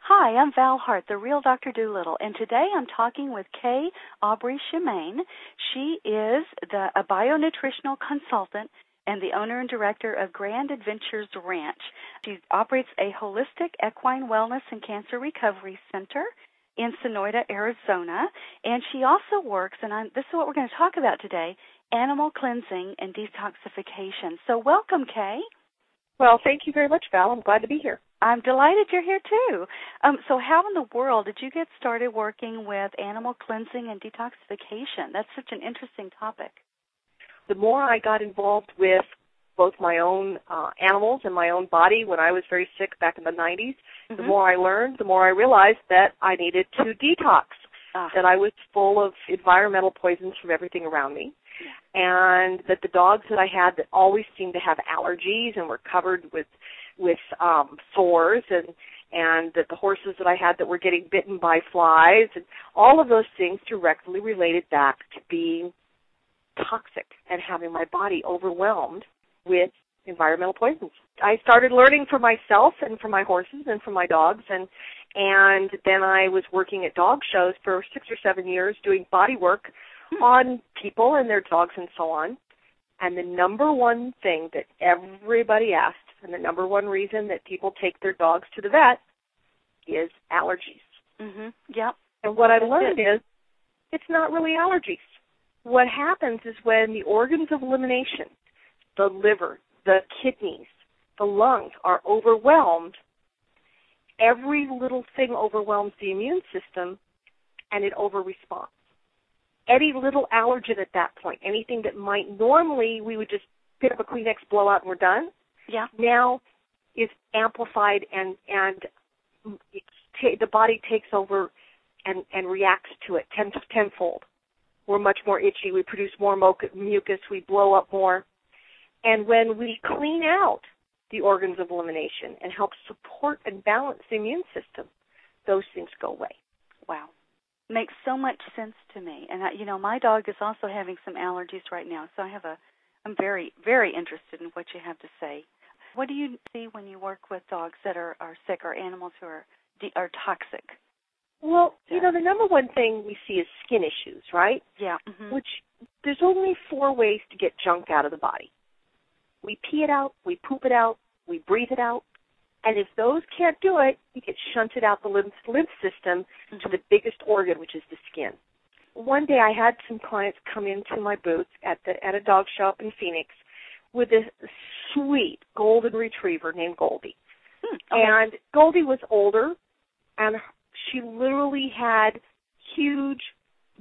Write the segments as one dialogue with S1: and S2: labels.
S1: Hi, I'm Val Hart, the real Dr. Doolittle, and today I'm talking with Kay Aubrey Shemaine. She is the, a bionutritional consultant and the owner and director of Grand Adventures Ranch. She operates a holistic equine wellness and cancer recovery center in Sonoyta, Arizona, and she also works, and I'm, this is what we're going to talk about today, animal cleansing and detoxification. So welcome, Kay.
S2: Well, thank you very much, Val. I'm glad to be here.
S1: I'm delighted you're here too. Um, so, how in the world did you get started working with animal cleansing and detoxification? That's such an interesting topic.
S2: The more I got involved with both my own uh, animals and my own body when I was very sick back in the 90s, mm-hmm. the more I learned, the more I realized that I needed to detox, ah. that I was full of environmental poisons from everything around me. Yeah. And that the dogs that I had that always seemed to have allergies and were covered with with um sores and and that the horses that I had that were getting bitten by flies and all of those things directly related back to being toxic and having my body overwhelmed with environmental poisons. I started learning for myself and for my horses and for my dogs and and then I was working at dog shows for 6 or 7 years doing body work
S1: Hmm.
S2: on people and their dogs and so on. And the number one thing that everybody asks and the number one reason that people take their dogs to the vet is allergies.
S1: Mhm. Yep.
S2: And what I learned it. is it's not really allergies. What happens is when the organs of elimination, the liver, the kidneys, the lungs are overwhelmed, every little thing overwhelms the immune system and it over responds. Any little allergen at that point, anything that might normally we would just pick up a Kleenex, blow out, and we're done,
S1: yeah.
S2: now is amplified and and t- the body takes over and and reacts to it ten tenfold. We're much more itchy. We produce more mo- mucus. We blow up more. And when we clean out the organs of elimination and help support and balance the immune system, those things go away.
S1: Wow makes so much sense to me and I, you know my dog is also having some allergies right now so i have a i'm very very interested in what you have to say what do you see when you work with dogs that are, are sick or animals who are are toxic?
S2: Well, you know, the number one thing we see is skin issues, right?
S1: Yeah. Mm-hmm.
S2: Which there's only four ways to get junk out of the body. We pee it out, we poop it out, we breathe it out, and if those can't do it, you get shunted out the lymph, lymph system mm-hmm. to the biggest organ, which is the skin. One day, I had some clients come into my booth at the at a dog shop in Phoenix, with this sweet golden retriever named Goldie.
S1: Hmm,
S2: okay. And Goldie was older, and she literally had huge,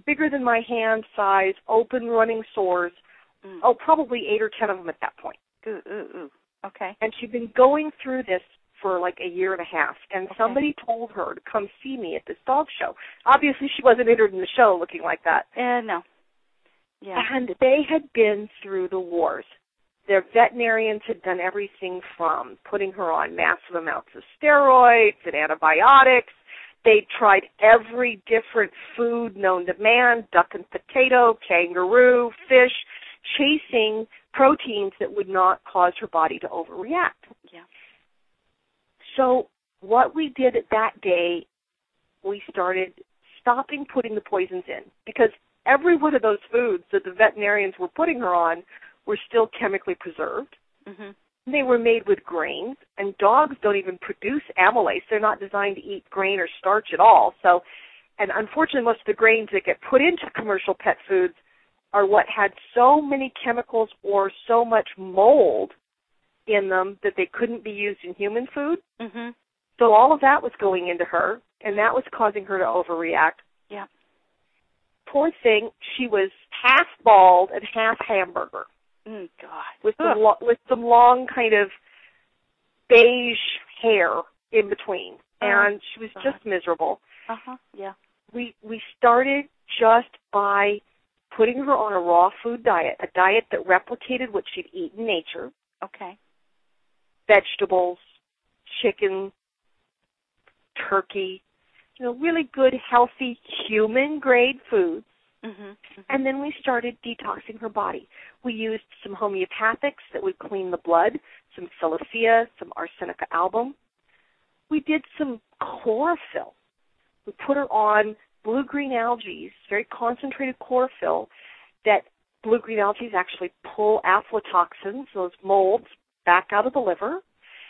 S2: bigger than my hand size, open running sores. Mm. Oh, probably eight or ten of them at that point.
S1: Ooh, ooh, ooh. Okay.
S2: And she'd been going through this for like a year and a half, and okay. somebody told her to come see me at this dog show. Obviously, she wasn't entered in the show looking like that.
S1: Uh, no. Yeah.
S2: And they had been through the wars their veterinarians had done everything from putting her on massive amounts of steroids and antibiotics. They tried every different food known to man duck and potato, kangaroo, fish, chasing proteins that would not cause her body to overreact.
S1: Yeah.
S2: So, what we did at that day, we started stopping putting the poisons in because every one of those foods that the veterinarians were putting her on were still chemically preserved.
S1: Mm-hmm.
S2: They were made with grains, and dogs don't even produce amylase. They're not designed to eat grain or starch at all. So, and unfortunately, most of the grains that get put into commercial pet foods are what had so many chemicals or so much mold in them that they couldn't be used in human food.
S1: Mm-hmm.
S2: So all of that was going into her, and that was causing her to overreact.
S1: Yeah.
S2: Poor thing, she was half bald and half hamburger.
S1: Mm, God.
S2: With some lo- with some long kind of beige hair in between, oh, and she was God. just miserable.
S1: Uh huh. Yeah.
S2: We we started just by putting her on a raw food diet, a diet that replicated what she'd eat in nature.
S1: Okay.
S2: Vegetables, chicken, turkey, you know, really good, healthy, human grade foods.
S1: Mm-hmm. Mm-hmm.
S2: And then we started detoxing her body. We used some homeopathics that would clean the blood, some silicea, some arsenica album. we did some chlorophyll. We put her on blue green algae, very concentrated chlorophyll that blue green algae actually pull aflatoxins, those molds, back out of the liver,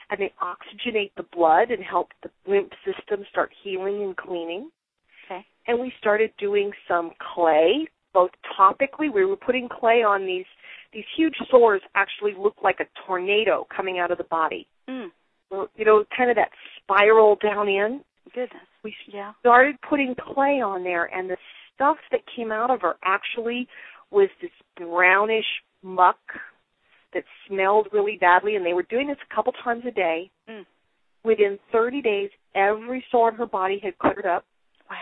S2: and they oxygenate the blood and help the lymph system start healing and cleaning.
S1: Okay.
S2: And we started doing some clay, both topically. We were putting clay on these these huge sores. Actually, looked like a tornado coming out of the body.
S1: Mm.
S2: You know, kind of that spiral down in.
S1: Goodness.
S2: We
S1: Yeah.
S2: started putting clay on there, and the stuff that came out of her actually was this brownish muck that smelled really badly. And they were doing this a couple times a day.
S1: Mm.
S2: Within 30 days, every sore on her body had cleared up.
S1: Wow.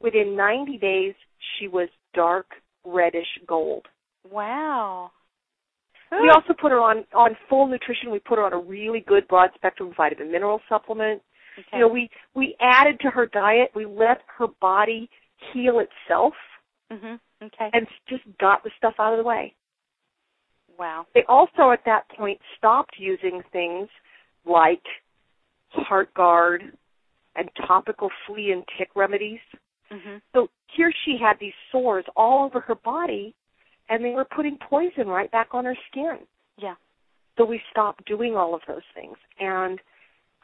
S2: Within 90 days, she was dark reddish gold.
S1: Wow.
S2: We also put her on on full nutrition. We put her on a really good broad spectrum vitamin mineral supplement.
S1: okay.
S2: You know, we we added to her diet. We let her body heal itself
S1: mm-hmm. Okay.
S2: and just got the stuff out of the way.
S1: wow.
S2: They also at that point stopped using things like heart guard and topical flea and tick remedies.
S1: Mhm.
S2: So here she had these sores all over her body and they were putting poison right back on her skin.
S1: Yeah.
S2: So we stopped doing all of those things. And,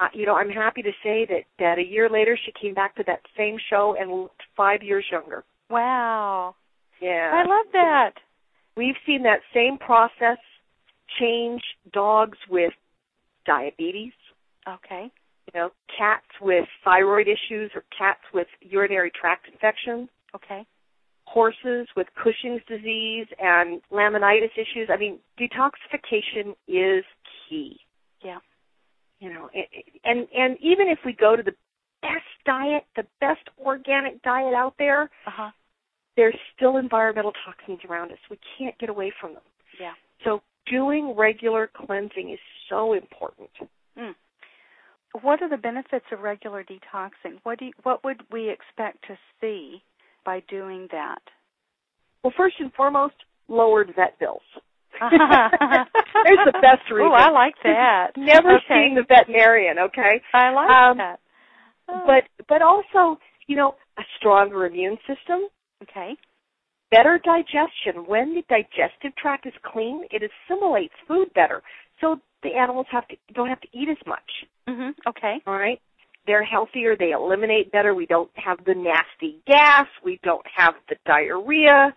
S2: uh, you know, I'm happy to say that, that a year later she came back to that same show and looked five years younger.
S1: Wow.
S2: Yeah.
S1: I love that.
S2: We've seen that same process change dogs with diabetes,
S1: Okay.
S2: you know, cats with thyroid issues or cats with urinary tract infections.
S1: Okay.
S2: horses with Cushing's disease and laminitis issues. I mean, detoxification is key.
S1: Yeah.
S2: You know, it- it- and and even if we go to the best diet, the best organic diet out there,
S1: Uh huh.
S2: there's still environmental toxins around us. We can't get away from them.
S1: Yeah.
S2: So doing regular cleansing is so important.
S1: Mm. What are the benefits of regular detoxing? What do you, what would we expect to see by doing that?
S2: Well, first and foremost, lowered vet bills. There's the best reason.
S1: Oh, I like that.
S2: Never
S1: Okay.
S2: seeing the veterinarian, okay?
S1: I like
S2: Um,
S1: that. Oh,
S2: but but also you know a stronger immune system
S1: Oh, okay.
S2: better digestion when the digestive tract is clean it assimilates food better so the animals have to don't have to eat as much
S1: Mhm. Okay.
S2: all right they're healthier they eliminate better we don't have the nasty gas we don't have the diarrhea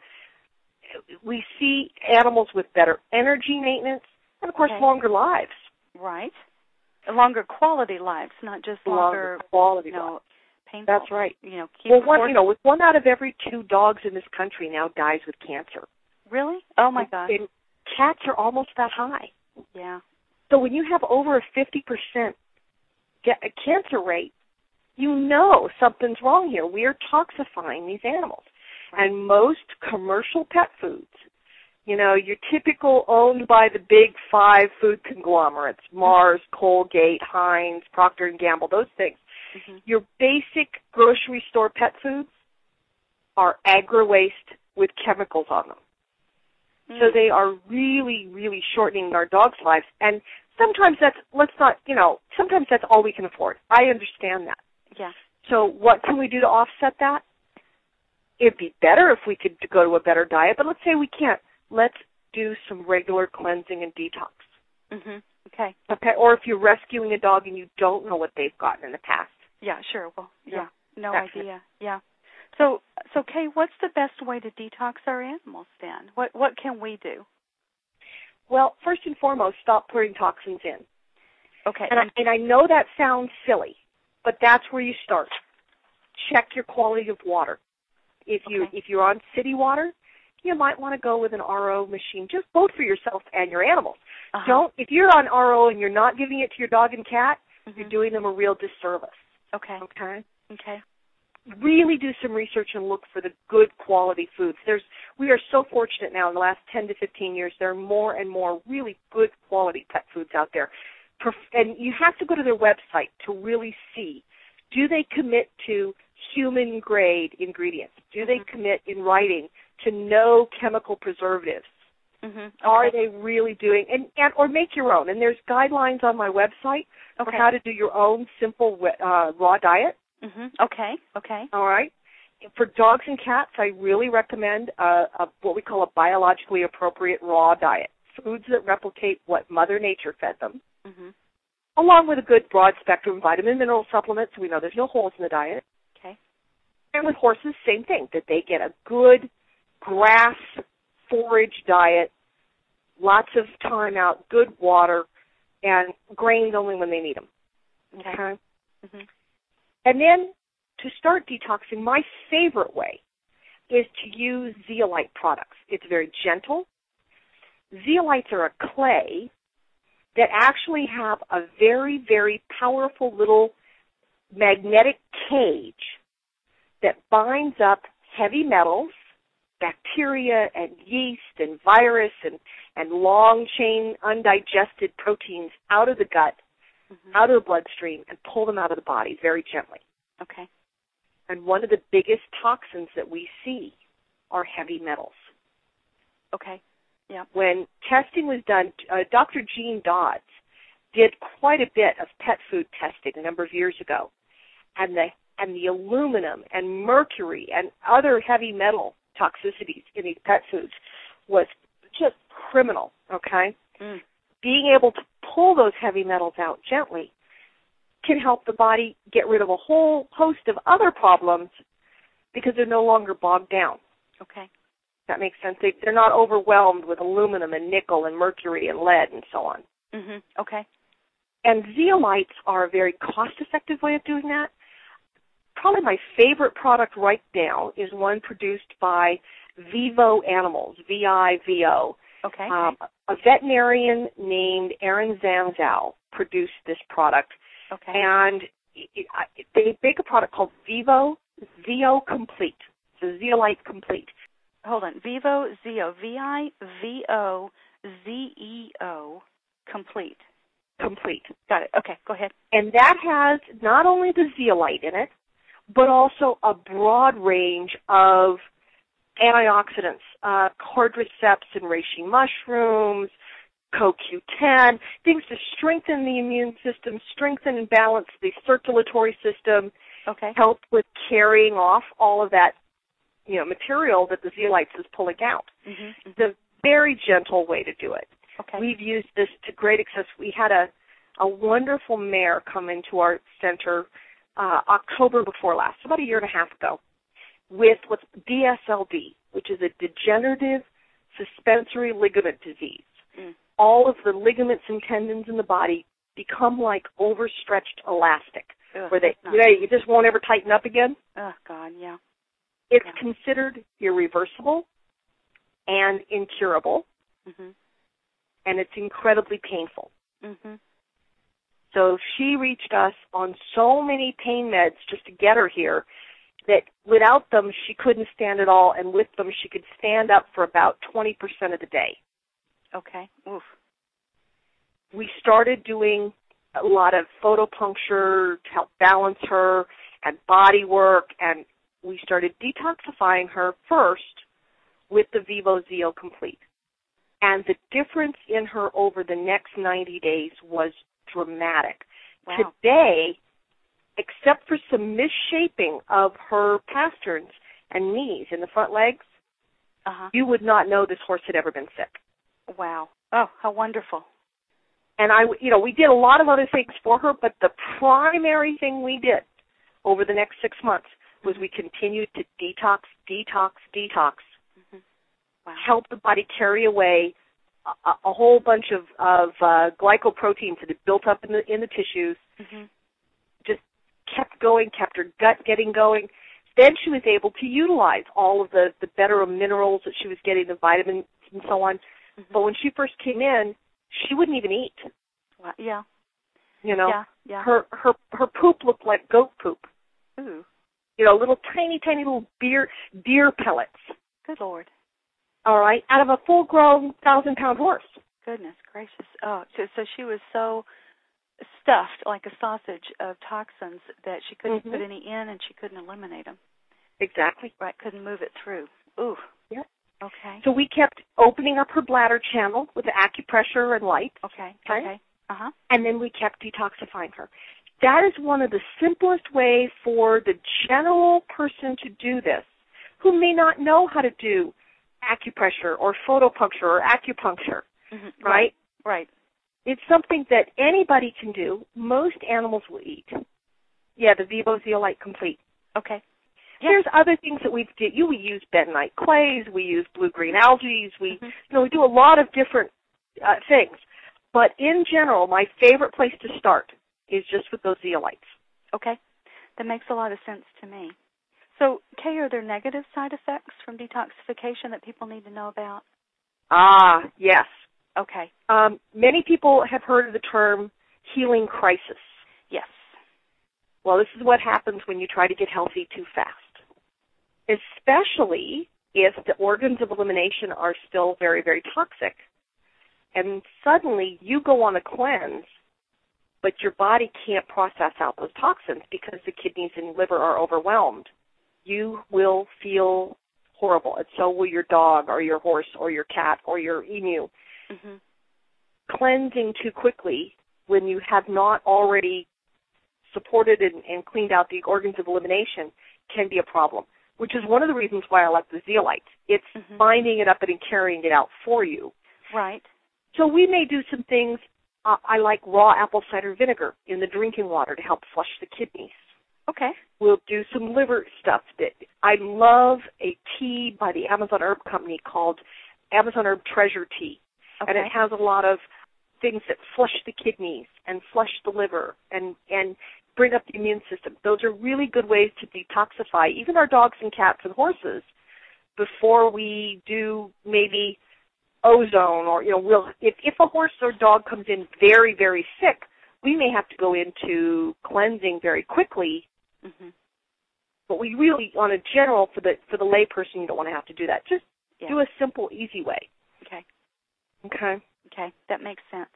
S2: we see animals with better energy maintenance and of course
S1: Okay.
S2: longer lives
S1: Right. Longer quality lives, not just longer,
S2: quality
S1: you know,
S2: life.
S1: painful.
S2: that's right
S1: You know, keep
S2: well one
S1: afford-
S2: you know with one out of every two dogs in this country now dies with cancer
S1: really? Oh my gosh.
S2: And cats are almost that high.
S1: Yeah.
S2: So when you have over a 50% ca- cancer rate, you know something's wrong here. We are toxifying these animals. And most commercial pet foods, you know, your typical owned by the big five food conglomerates, Mars, Colgate, Heinz, Procter and Gamble, those things.
S1: Mhm.
S2: Your basic grocery store pet foods are agri waste with chemicals on them. So
S1: Mm.
S2: they are really, really shortening our dogs' lives. And sometimes that's, let's not, you know, sometimes that's all we can afford. I understand that.
S1: Yeah.
S2: So what can we do to offset that? It'd be better if we could go to a better diet, but let's say we can't. Let's do some regular cleansing and detox.
S1: Mhm. Okay.
S2: Okay, or if you're rescuing a dog and you don't know what they've gotten in the past.
S1: Yeah, sure. Well, yeah.
S2: Oh, Yeah.
S1: No
S2: Exactly.
S1: idea. Yeah. So so Kay, what's the best way to detox our animals then? What what can we do?
S2: Well, first and foremost, stop putting toxins in.
S1: Okay.
S2: And I, and I know that sounds silly, but that's where you start. Check your quality of water. If you
S1: Okay.
S2: if you're on city water, you might want to go with an RO machine, just both for yourself and your animals.
S1: Uh-huh.
S2: Don't if you're on RO and you're not giving it to your dog and cat, you're
S1: Mhm.
S2: doing them a real disservice.
S1: Okay.
S2: Okay.
S1: Okay.
S2: Really do some research and look for the good quality foods. There's we are so fortunate now in the last 10 to 15 years there are more and more really good quality pet foods out there Perf- and you have to go to their website to really see do they commit to human grade ingredients do they
S1: Mhm.
S2: commit in writing to no chemical preservatives
S1: Mm-hmm. Okay.
S2: Are they really doing and, and or make your own? And there's guidelines on my website for
S1: Okay.
S2: how to do your own simple uh, raw diet.
S1: hmm Okay. Okay.
S2: All right. For dogs and cats, I really recommend uh a, what we call a biologically appropriate raw diet, foods that replicate what Mother Nature fed them,
S1: hmm
S2: along with a good broad spectrum vitamin mineral supplement so we know there's no holes in the diet.
S1: Okay.
S2: And with horses, same thing, that they get a good grass forage diet, lots of time out, good water, and grains only when they need them.
S1: Okay. hmm
S2: And then to start detoxing, my favorite way is to use zeolite products. It's very gentle. Zeolites are a clay that actually have a very, very powerful little magnetic cage that binds up heavy metals, bacteria and yeast and virus and, and long chain undigested proteins out of the gut
S1: hmm
S2: out of the bloodstream and pull them out of the body very gently.
S1: Okay.
S2: And one of the biggest toxins that we see are heavy metals.
S1: Okay. Yeah.
S2: When testing was done, uh, Dr. Gene Dodds did quite a bit of pet food testing a number of years ago, and the and the aluminum and mercury and other heavy metal toxicities in these pet foods was just criminal. Okay,
S1: Mm.
S2: being able to pull those heavy metals out gently can help the body get rid of a whole host of other problems because they're no longer bogged down.
S1: Okay.
S2: That makes sense. They, they're not overwhelmed with aluminum and nickel and mercury and lead and so on.
S1: hmm Okay.
S2: And zeolites are a very cost effective way of doing that. Probably my favorite product right now is one produced by Vivo Animals, V I V O.
S1: Okay.
S2: Um, a veterinarian named Aaron Zanzow produced this product,
S1: okay.
S2: and it, it, I- they make a product called Vivo Zeo Complete, the Zeolite Complete.
S1: Hold on. Vivo Zeo. V I V O Z E O. Complete.
S2: Complete,
S1: Got it. Okay. Go ahead.
S2: and that has not only the zeolite in it, but also a broad range of antioxidants, uh, quadriceps and reishi mushrooms, CoQ10, things to strengthen the immune system, strengthen and balance the circulatory system,
S1: Okay.
S2: help with carrying off all of that, you know, material that the zeolites is pulling out.
S1: Mm-hmm.
S2: It's a very gentle way to do it.
S1: Okay.
S2: We've used this to great success. We had a a wonderful mare come into our center uh, October before last, about a year and a half ago, with what's DSLD, which is a degenerative suspensory ligament disease.
S1: Mm.
S2: All of the ligaments and tendons in the body become like overstretched elastic,
S1: Ugh,
S2: where they
S1: that's not-
S2: you, know, you just won't ever tighten up again.
S1: Oh God. Yeah.
S2: It's
S1: Yeah.
S2: considered irreversible and incurable,
S1: Mhm.
S2: and it's incredibly painful.
S1: Mhm.
S2: So she reached us on so many pain meds just to get her here that without them she couldn't stand at all, and with them she could stand up for about 20% of the day.
S1: Okay. Oof.
S2: We started doing a lot of photopuncture to help balance her and body work, and we started detoxifying her first with the Vivo Zeo Complete. And the difference in her over the next 90 days was dramatic.
S1: Wow.
S2: today, except for some misshaping of her pasterns and knees and the front legs,
S1: Uh huh.
S2: you would not know this horse had ever been sick.
S1: Wow. Oh, how wonderful.
S2: And I, you know, we did a lot of other things for her, but the primary thing we did over the next six months was we continued to detox, detox, detox,
S1: Mhm. Wow.
S2: help the body carry away a, a- a whole bunch of, of uh, glycoproteins that had built up in the in the tissues,
S1: Mhm.
S2: just kept going, kept her gut getting going. Then she was able to utilize all of the, the better minerals that she was getting, the vitamins and so on.
S1: Mhm.
S2: But when she first came in, she wouldn't even eat.
S1: Wow. Yeah.
S2: You know,
S1: Yeah. Yeah.
S2: her her her poop looked like goat poop.
S1: Ooh.
S2: You know, little tiny tiny little deer deer pellets.
S1: Good Lord.
S2: All right, out of a full grown thousand pound horse.
S1: Goodness gracious. Oh, so, so she was so stuffed like a sausage of toxins that she couldn't
S2: Mhm.
S1: put any in and she couldn't eliminate them.
S2: Exactly.
S1: Right, couldn't move it through. Ooh. Okay.
S2: So we kept opening up her bladder channel with acupressure and light,
S1: Okay.
S2: Okay.
S1: Okay. Uh huh.
S2: and then we kept detoxifying her. That is one of the simplest ways for the general person to do this, who may not know how to do acupressure or photopuncture or acupuncture,
S1: Mhm.
S2: right?
S1: Right.
S2: It's something that anybody can do. Most animals will eat. Yeah, the Vivo Zeolite Complete.
S1: Okay. Yeah.
S2: There's other things that we do. You, we use bentonite clays, we use blue-green algae, we
S1: Mhm.
S2: you know, we do a lot of different uh, things. But in general, my favorite place to start is just with those zeolites.
S1: Okay. That makes a lot of sense to me. So, Kay, are there negative side effects from detoxification that people need to know about?
S2: Ah, yes.
S1: Okay.
S2: Um, many people have heard of the term healing crisis.
S1: Yes.
S2: Well, this is what happens when you try to get healthy too fast, especially if the organs of elimination are still very, very toxic. And suddenly you go on a cleanse, but your body can't process out those toxins because the kidneys and liver are overwhelmed. You will feel horrible, and so will your dog or your horse or your cat or your emu
S1: Mhm.
S2: cleansing too quickly when you have not already supported and, and cleaned out the organs of elimination can be a problem, which is one of the reasons why I like the zeolite. It's
S1: Mhm.
S2: binding it up and carrying it out for you.
S1: Right.
S2: So we may do some things. Uh, I like raw apple cider vinegar in the drinking water to help flush the kidneys.
S1: Okay.
S2: We'll do some liver stuff. That I love a tea by the Amazon Herb Company called Amazon Herb Treasure Tea
S1: Okay.
S2: and it has a lot of things that flush the kidneys and flush the liver and and bring up the immune system. Those are really good ways to detoxify even our dogs and cats and horses before we do maybe ozone or you know we'll if if a horse or dog comes in very very sick, we may have to go into cleansing very quickly
S1: mhm.
S2: but we really on a general for the for the layperson you don't want to have to do that just
S1: Yeah.
S2: do a simple easy way
S1: Okay.
S2: okay
S1: Okay. That makes sense.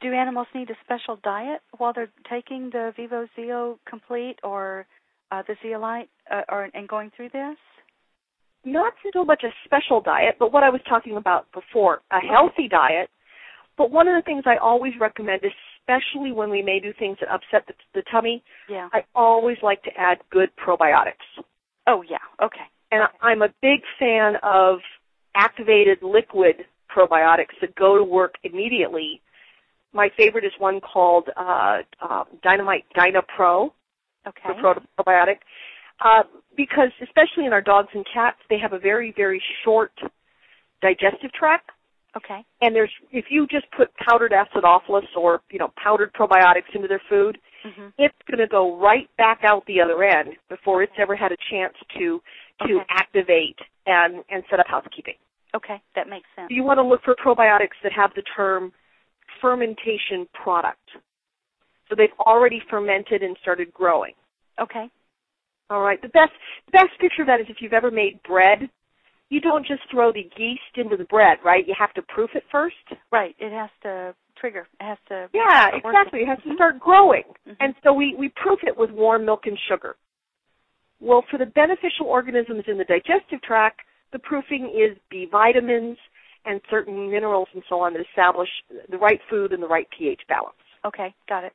S1: Do animals need a special diet while they're taking the Vivo Zeo Complete or uh, the Zeolite uh, or and going through this?
S2: not so much a special diet, but what I was talking about before, a healthy diet. But one of the things I always recommend, especially when we may do things that upset the, the tummy,
S1: Yeah.
S2: I always like to add good probiotics.
S1: oh yeah. Okay.
S2: And I- I'm a big fan of activated liquid probiotics that go to work immediately. My favorite is one called uh, uh, Dynamite Dynapro
S1: Okay.
S2: for proto- probiotic. Uh, because especially in our dogs and cats, they have a very, very short digestive tract.
S1: okay.
S2: And there's, if you just put powdered acidophilus or, you know, powdered probiotics into their food,
S1: Mhm.
S2: it's going to go right back out the other end before it's ever had a chance to, to
S1: Okay.
S2: activate and, and set up housekeeping.
S1: Okay. That makes sense.
S2: You want to look for probiotics that have the term fermentation product. So they've already fermented and started growing.
S1: Okay.
S2: All right. The best the best picture of that is if you've ever made bread, you don't just throw the yeast into the bread, right? You have to proof it first.
S1: Right. It has to trigger. It has to.
S2: Yeah,
S1: Work it.
S2: exactly. It has to start growing.
S1: Mhm.
S2: Mm-hmm. And so we, we proof it with warm milk and sugar. Well, for the beneficial organisms in the digestive tract, the proofing is B vitamins and certain minerals and so on that establish the right food and the right pH balance.
S1: okay. Got it.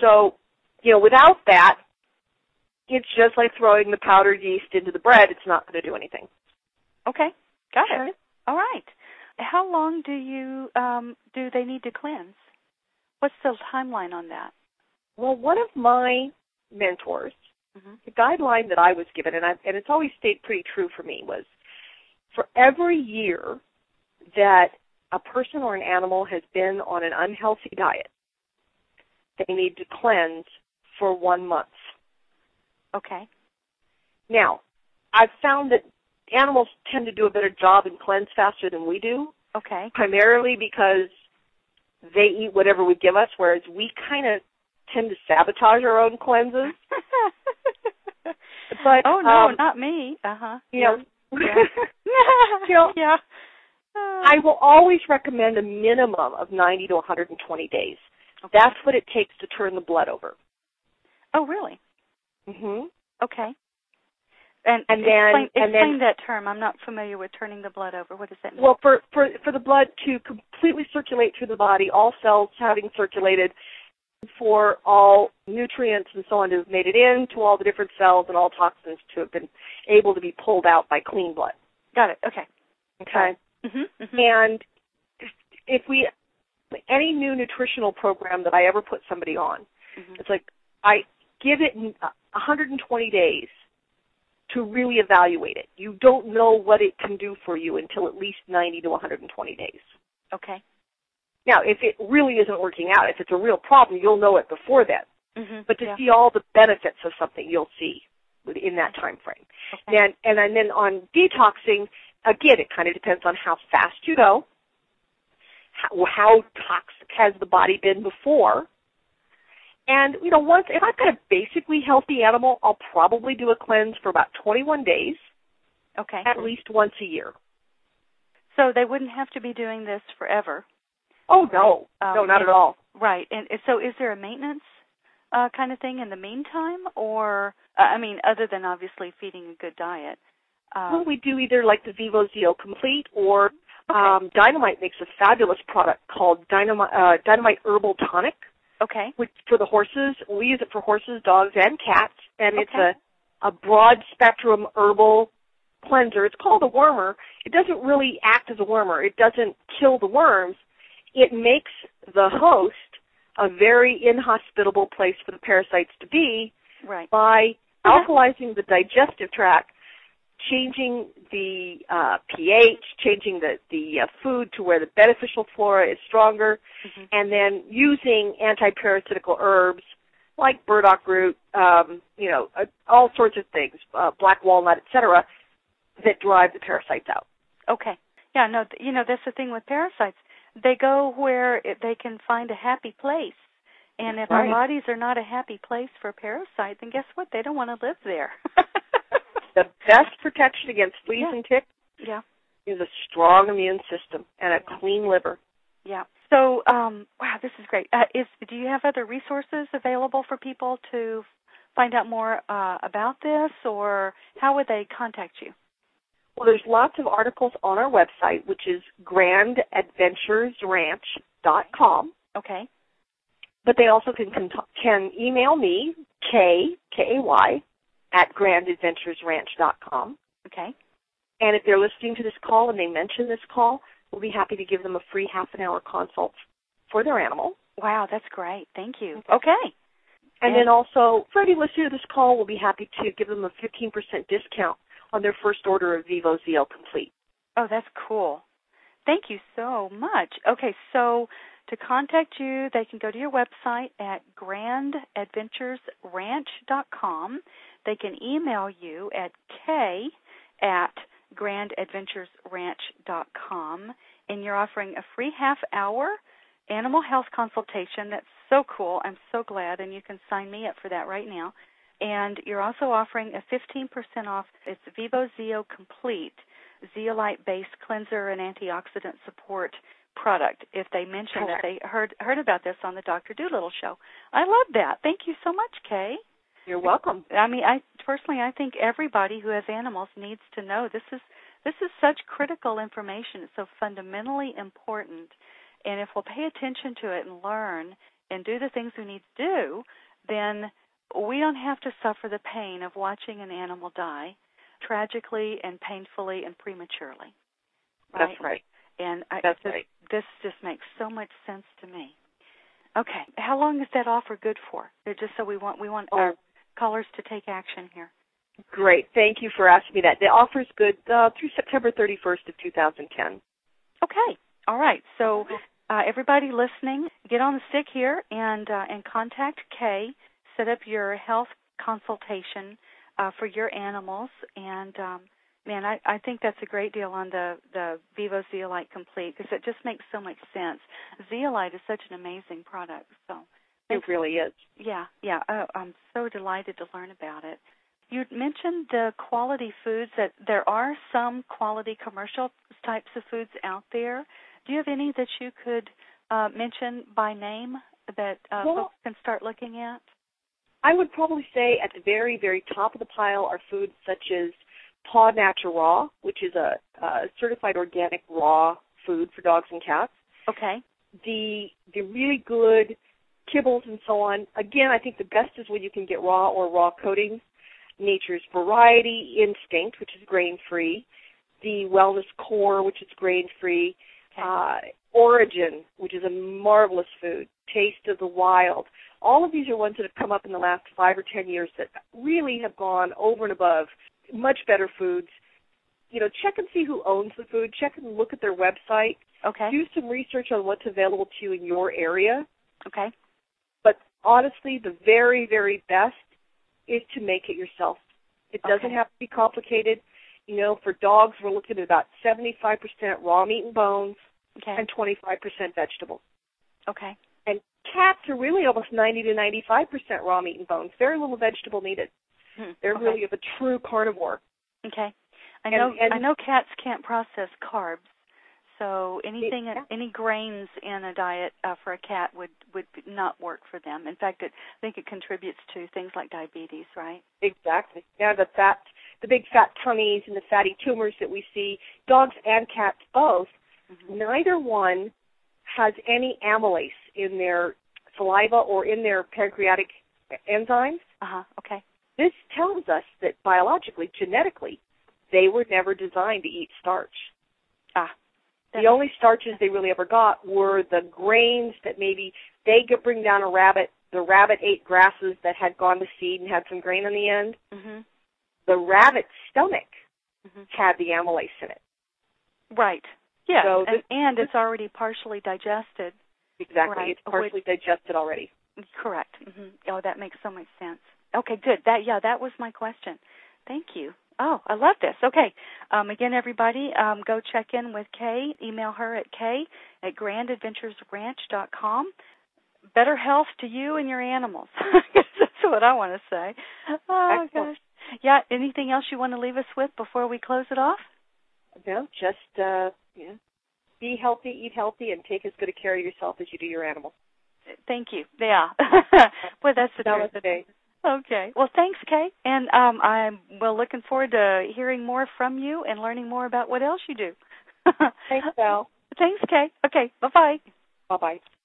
S2: So, you know, without that, it's just like throwing the powdered yeast into the bread. It's not going to do anything.
S1: Okay. Got
S2: Sure.
S1: it. All right. How long do you um do they need to cleanse? What's the timeline on that?
S2: Well, one of my mentors,
S1: Mhm.
S2: the guideline that I was given, and, I, and it's always stayed pretty true for me, was for every year that a person or an animal has been on an unhealthy diet, they need to cleanse for one month.
S1: Okay.
S2: Now, I've found that animals tend to do a better job and cleanse faster than we do,
S1: Okay.
S2: primarily because they eat whatever we give us, whereas we kind of tend to sabotage our own cleanses. But
S1: oh no,
S2: um,
S1: not me. Uh huh.
S2: you know,
S1: Yeah.
S2: you know,
S1: yeah. Uh,
S2: I will always recommend a minimum of 90 to 120 days. That's what it takes to turn the blood over.
S1: Oh really?
S2: hmm
S1: Okay. And,
S2: And
S1: explain,
S2: then- and then-
S1: explain that term. I'm not familiar with turning the blood over. What does that mean?
S2: Well, for, for, for the blood to completely circulate through the body, all cells having circulated, for all nutrients and so on to have made it in to all the different cells and all toxins to have been able to be pulled out by clean blood.
S1: Got it. Okay.
S2: Okay?
S1: Mm-hmm. hmm
S2: And if we, any new nutritional program that I ever put somebody on,
S1: Mm-hmm.
S2: it's like I give it n- uh, 120 days to really evaluate it. You don't know what it can do for you until at least 90 to 120 days.
S1: Okay.
S2: Now, if it really isn't working out, if it's a real problem, you'll know it before then.
S1: Mm-hmm.
S2: But to
S1: yeah.
S2: see all the benefits of something, you'll see within that time frame.
S1: Okay.
S2: And and and then on detoxing, again, it kind of depends on how fast you go, how, how toxic has the body been before, and you know once if I've got a basically healthy animal, I'll probably do a cleanse for about 21 days,
S1: okay.
S2: at least once a year.
S1: So they wouldn't have to be doing this forever,
S2: Oh no,
S1: Um,
S2: no, not
S1: and-
S2: at all.
S1: right? And and so, is there a maintenance uh, kind of thing in the meantime, or uh, I mean, other than obviously feeding a good diet?
S2: Well,
S1: Um,
S2: we do either like the Vivo Zeo Complete or
S1: Okay.
S2: um, Dynamite makes a fabulous product called Dynamite, uh, Dynamite Herbal Tonic,
S1: okay.
S2: which for the horses, we use it for horses, dogs, and cats, and
S1: Okay.
S2: it's a, a broad spectrum herbal cleanser. It's called a wormer. It doesn't really act as a wormer. It doesn't kill the worms. It makes the host a very inhospitable place for the parasites to be,
S1: Right.
S2: by
S1: Uh-huh.
S2: alkalizing the digestive tract, changing the uh, pH, changing the the uh, food to where the beneficial flora is stronger,
S1: Mhm.
S2: and then using antiparasitical herbs like burdock root, um, you know, uh, all sorts of things, uh, black walnut, etc., that drive the parasites out.
S1: Okay. Yeah, no, th- you know, that's the thing with parasites. They go where it, they can find a happy place. And if
S2: Right.
S1: our bodies are not a happy place for a parasite, then guess what? They don't want to live there.
S2: The best protection against fleas
S1: Yeah.
S2: and ticks
S1: yeah,
S2: is a strong immune system and a clean liver.
S1: yeah. So, um, wow, this is great. Uh, is do you have other resources available for people to find out more uh, about this, or how would they contact you?
S2: Well, there's lots of articles on our website, which is grandadventuresranch.com.
S1: Okay.
S2: But they also can can, can email me k k a y at grandadventuresranch.com.
S1: Okay.
S2: And if they're listening to this call and they mention this call, we'll be happy to give them a free half an hour consult for their animal.
S1: Wow, that's great. Thank you.
S2: Okay.
S1: Okay.
S2: And
S1: Yeah.
S2: then also, for any listener to this call, we'll be happy to give them a 15% discount on their first order of Vivo ZL Complete.
S1: Oh, that's cool. Thank you so much. Okay, so to contact you, they can go to your website at grandadventuresranch.com. They can email you at k at grandadventuresranch.com, and you're offering a free half hour animal health consultation. That's so cool. I'm so glad, and you can sign me up for that right now. And you're also offering a 15% off. It's Vivo Zeo Complete zeolite based cleanser and antioxidant support product if they mention that
S2: Correct.
S1: they heard heard about this on the Dr. Doolittle show. I love that. Thank you so much, Kay.
S2: You're welcome.
S1: I mean, I personally I think everybody who has animals needs to know this is this is such critical information. It's so fundamentally important, and if we'll pay attention to it and learn and do the things we need to do, then we don't have to suffer the pain of watching an animal die tragically and painfully and prematurely.
S2: That's right.
S1: And I,
S2: That's
S1: this,
S2: right.
S1: this just makes so much sense to me. Okay, how long is that offer good for? They're just so we want we want
S2: Oh,
S1: our callers to take action here.
S2: Great. Thank you for asking me that. The offer's good uh, through September 31st of 2010.
S1: Okay, all right. So uh, everybody listening, get on the stick here and uh, and contact Kay. Set up your health consultation uh, for your animals. And um, man, I, I think that's a great deal on the the Vivo Zeolite Complete because it just makes so much sense. Zeolite is such an amazing product. So.
S2: It really is.
S1: Yeah, yeah. Oh, I'm so delighted to learn about it. You mentioned the quality foods that there are some quality commercial types of foods out there. Do you have any that you could uh, mention by name that uh,
S2: Well-
S1: folks can start looking at?
S2: I would probably say at the very, very top of the pile are foods such as Paw Natural Raw, which is a, a certified organic raw food for dogs and cats.
S1: Okay.
S2: The the really good kibbles and so on. Again, I think the best is when you can get raw or raw coatings. Nature's Variety Instinct, which is grain free. The Wellness Core, which is grain free.
S1: Okay.
S2: Uh, Origin, which is a marvelous food. Taste of the Wild. All of these are ones that have come up in the last five or ten years that really have gone over and above much better foods. You know, check and see who owns the food. Check and look at their website.
S1: Okay.
S2: Do some research on what's available to you in your area.
S1: Okay.
S2: But honestly, the very, very best is to make it yourself. It doesn't
S1: Okay.
S2: have to be complicated. You know, for dogs, we're looking at about 75% raw meat and bones
S1: Okay.
S2: and 25% vegetables.
S1: Okay.
S2: And cats are really almost 90 to 95% raw meat and bones. Very little vegetable needed.
S1: Hmm.
S2: They're
S1: Okay.
S2: really of a true carnivore.
S1: Okay. I
S2: And-
S1: know
S2: and-
S1: I know cats can't process carbs. So anything
S2: Yeah.
S1: any grains in a diet uh, for a cat would would not work for them. In fact, it, I think it contributes to things like diabetes, right?
S2: Exactly. Yeah, the fat, the big fat tummies and the fatty tumors that we see, dogs and cats both,
S1: Mhm.
S2: neither one has any amylase in their saliva or in their pancreatic enzymes.
S1: Uh-huh. Okay.
S2: This tells us that biologically, genetically, they were never designed to eat starch.
S1: Ah.
S2: The only starches they really ever got were the grains that maybe they could bring down a rabbit. The rabbit ate grasses that had gone to seed and had some grain on the end.
S1: Mhm.
S2: The rabbit's stomach
S1: Mhm.
S2: had the amylase in it.
S1: Right. Yeah.
S2: So
S1: and
S2: this-
S1: and it's already partially digested.
S2: Exactly.
S1: Right.
S2: It's partially digested already.
S1: Correct. hmm Oh, that makes so much sense. Okay, good. That yeah, that was my question. Thank you. Oh, I love this. Okay. Um, again, everybody, um, go check in with Kay. Email her at kay at grandadventuresranch.com. Better health to you and your animals. That's what I want to say. Oh,
S2: Excellent.
S1: gosh. Yeah, anything else you want to leave us with before we close it off?
S2: No, just uh, you know, be healthy, eat healthy, and take as good a care of yourself as you do your animals.
S1: Thank you. Yeah. well, that's the truth.
S2: Namaste.
S1: Okay. Well, thanks, Kay. And um, I'm well looking forward to hearing more from you and learning more about what else you do.
S2: Thanks, Val.
S1: Thanks, Kay. Okay. Bye bye.
S2: Bye bye.